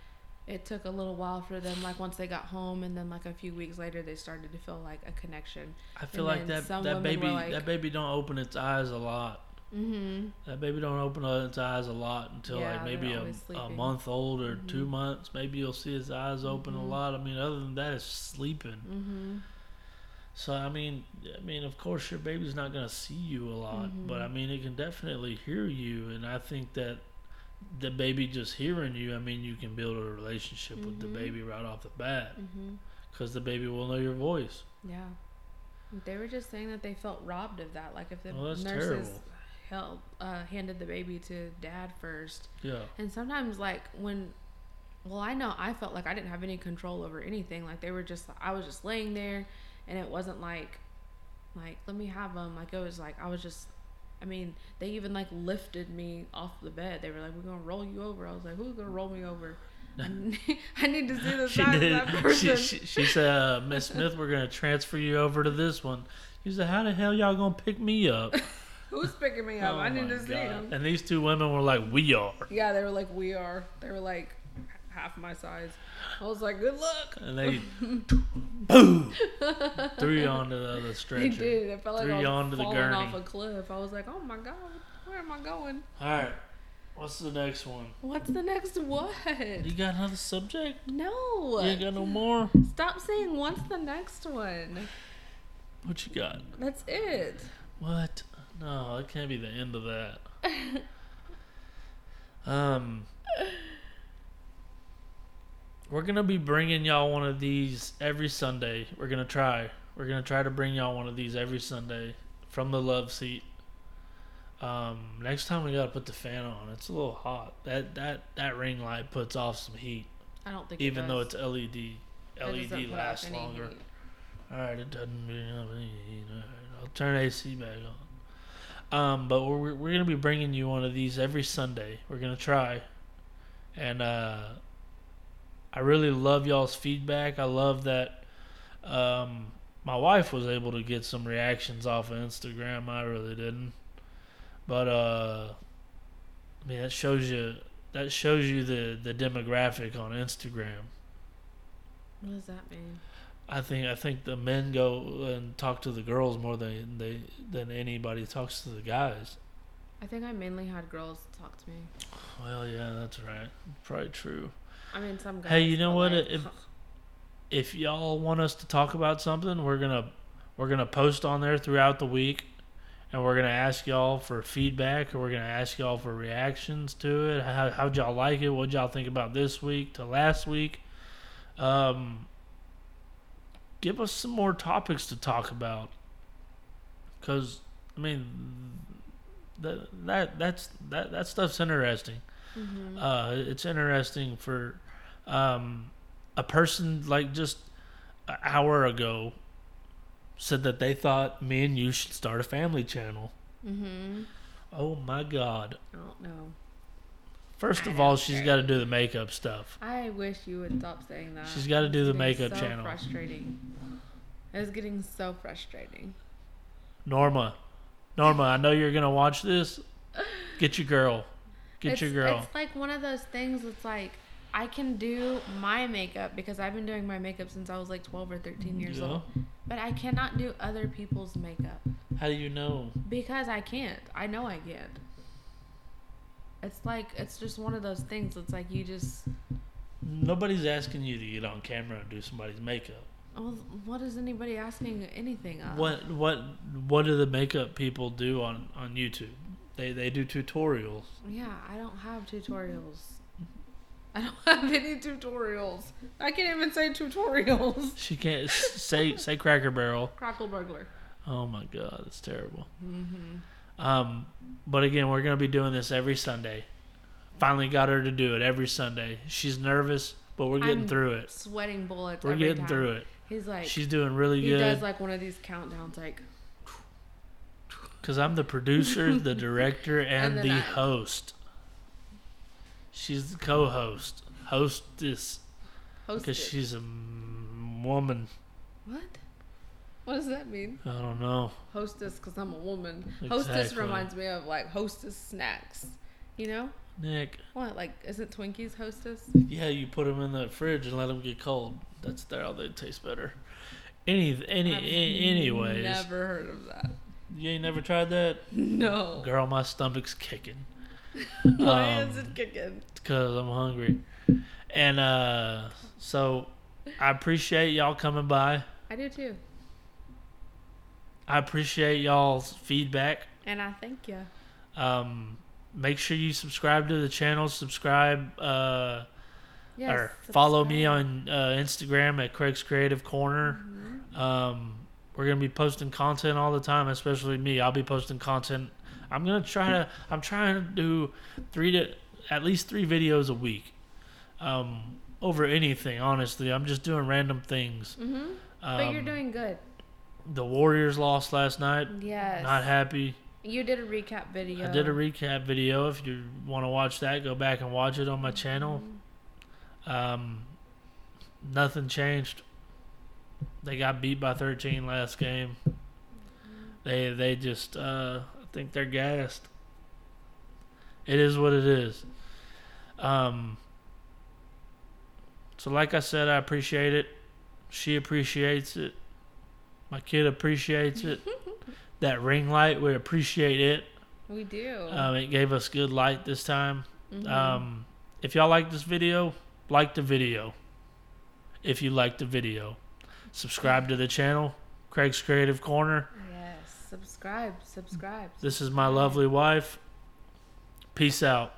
it took a little while for them like once they got home and then like a few weeks later they started to feel like a connection.
I feel
Mm. And
like
then
that
some
that
women were
baby
like-
that baby don't open its eyes a lot.
Mhm.
That baby Uh, don't open up its eyes a lot until
Yeah,
like
they're
maybe a,
always
a
sleeping. Mm-hmm.
month old or two months. Maybe you'll see his eyes open a
Mhm.
lot. I mean, other than that, it's sleeping.
Mhm.
So I mean, I mean, of course, your baby's not gonna see you a lot,
Mm-hmm.
but I mean, it can definitely hear you, and I think that the baby just hearing you, I mean, you can build a relationship with the
Mhm.
baby right off the bat
Mhm.
because the baby will know your voice.
Yeah. They were just saying that they felt robbed of that like if the
Well, that's
nurses
terrible.
held, uh, handed the baby to dad first
Yeah,
And sometimes, like when, well, I know I felt like I didn't have any control over anything. Like they were just, I was just laying there, and it wasn't like, like let me have them. Like it was like I was just, I mean, they even like lifted me off the bed. They were like, "We're gonna roll you over." I was like, "Who's gonna roll me over?" I need- I need to see the
she
size of
did.
that person.
She, she, she said, uh, "Miss Smith, we're gonna transfer you over to this one." She said, "How the hell y'all gonna pick me up?"
Who's picking me up?
Oh
I need
my
to see
God.
him.
And these two women were like, "We are,"
Yeah, they were like, "We are." They were like half my size. I was like, "Good luck."
and they boom three onto the other
They
stretcher.
did. It felt like
Threw
I was
you onto the
falling
gurney.
off a cliff. I was like, oh my god, where am I going?
All right. What's the next one?
What's the next what?
You got another subject?
No.
You ain't got no more?
Stop saying what's the next one.
What you got?
That's it.
What? No, that can't be the end of that. um, we're gonna be bringing y'all one of these every Sunday. We're gonna try. We're gonna try to bring y'all one of these every Sunday from the love seat. Um, next time we gotta put the fan on. It's a little hot. That that that ring light puts off some heat.
I don't think.
even
it
though it's
does.
E LED.
That doesn't
LED
put out
lasts
any
longer.
heat.
All right, it doesn't really have any heat. All right, I'll turn AC back on. Um, but we're we're gonna be bringing you one of these every Sunday. We're gonna try, and uh, I really love y'all's feedback. I love that um, my wife was able to get some reactions off of Instagram. I really didn't, but uh, I mean that shows you that shows you the the demographic on Instagram.
What does that mean?
I think I think the men go and talk to the girls more than they than anybody talks to the guys.
I think I mainly had girls talk to me.
Well, yeah, that's right. Probably true.
I mean, some guys.
Hey, you know what?
but, like,
If if y'all want us to talk about something, we're gonna we're gonna post on there throughout the week, and we're gonna ask y'all for feedback, or we're gonna ask y'all for reactions to it. How how'd y'all like it? What'd y'all think about this week to last week? Um, give us some more topics to talk about, because I mean, that that that's that that stuff's interesting.
mhm.
Uh, it's interesting for um, a person like just an hour ago said that they thought me and you should start a family channel.
Mhm.
Oh my God.
I don't know.
First of all, she's got to do the makeup stuff.
I wish you would stop saying that.
She's gotta do the
It's
makeup
so
channel.
Frustrating. It's getting so frustrating.
Norma, Norma, I know you're going to watch this. Get your girl. Get
it's,
your girl.
It's like one of those things. It's like I can do my makeup because I've been doing my makeup since I was like 12 or 13 years
Yeah.
old. But I cannot do other people's makeup
How do you know?
because I can't. I know I can't. It's like it's just one of those things. It's like you just.
Nobody's asking you to get on camera and do somebody's makeup.
Well, oh, what is anybody asking anything of?
What what what do the makeup people do on on YouTube? They they do tutorials.
Yeah, I don't have tutorials. I don't have any tutorials. I can't even say tutorials.
She can't s- say say Cracker Barrel.
Crackle burglar.
Oh my God, that's terrible.
Mm-hmm.
Um, but again, we're gonna be doing this every Sunday. Finally got her to do it every Sunday. She's nervous, but we're getting
I'm
through it.
Sweating bullets.
We're
every
getting
time.
through it.
He's like,
She's doing really
he does
good
like one of these countdowns, like,
because I'm the producer, the director, and,
then
the
I-
host. She's the co-host, hostess,
hosted.
because she's a m- woman.
what? What does that mean?
I don't know.
Hostess, because I'm a woman. Hostess
Exactly.
reminds me of like hostess snacks. You know?
Nick.
What? Like, isn't Twinkies hostess?
Yeah, you put them in the fridge and let them get cold. That's how they taste better. Any, any,
I've
a- anyways,
Never heard of that.
you ain't never tried that,
No.
girl. My stomach's kicking
Why
um,
is it kicking?
because I'm hungry, and uh, so I appreciate y'all coming by.
I do too.
I appreciate y'all's feedback.
And I thank you.
Um, make sure you subscribe to the channel. Subscribe. Uh,
Yes,
or follow me
subscribe.
on uh, Instagram at Craig's Creative Corner.
Mm-hmm.
Um, we're gonna be posting content all the time, especially me. I'll be posting content. I'm gonna try to. I'm trying to do three to at least three videos a week. Um, over anything, honestly, I'm just doing random things.
Mhm.
Um,
But you're doing good.
the Warriors lost last night.
Yes.
Not happy.
you did a recap video.
I did a recap video. If you want to watch that, go back and watch it on my channel. Um, nothing changed. They got beat by 13 last game. They they just uh, I think they're gassed. It is what it is. Um, so like I said, I appreciate it. She appreciates it. My kid appreciates it. that ring light, we appreciate it.
we do.
Um, it gave us good light this time.
Mhm.
Um, if y'all like this video, like the video. If you like the video, subscribe to the channel, Craig's Creative Corner.
yes. Subscribe. Subscribe.
This is my lovely wife. Peace out.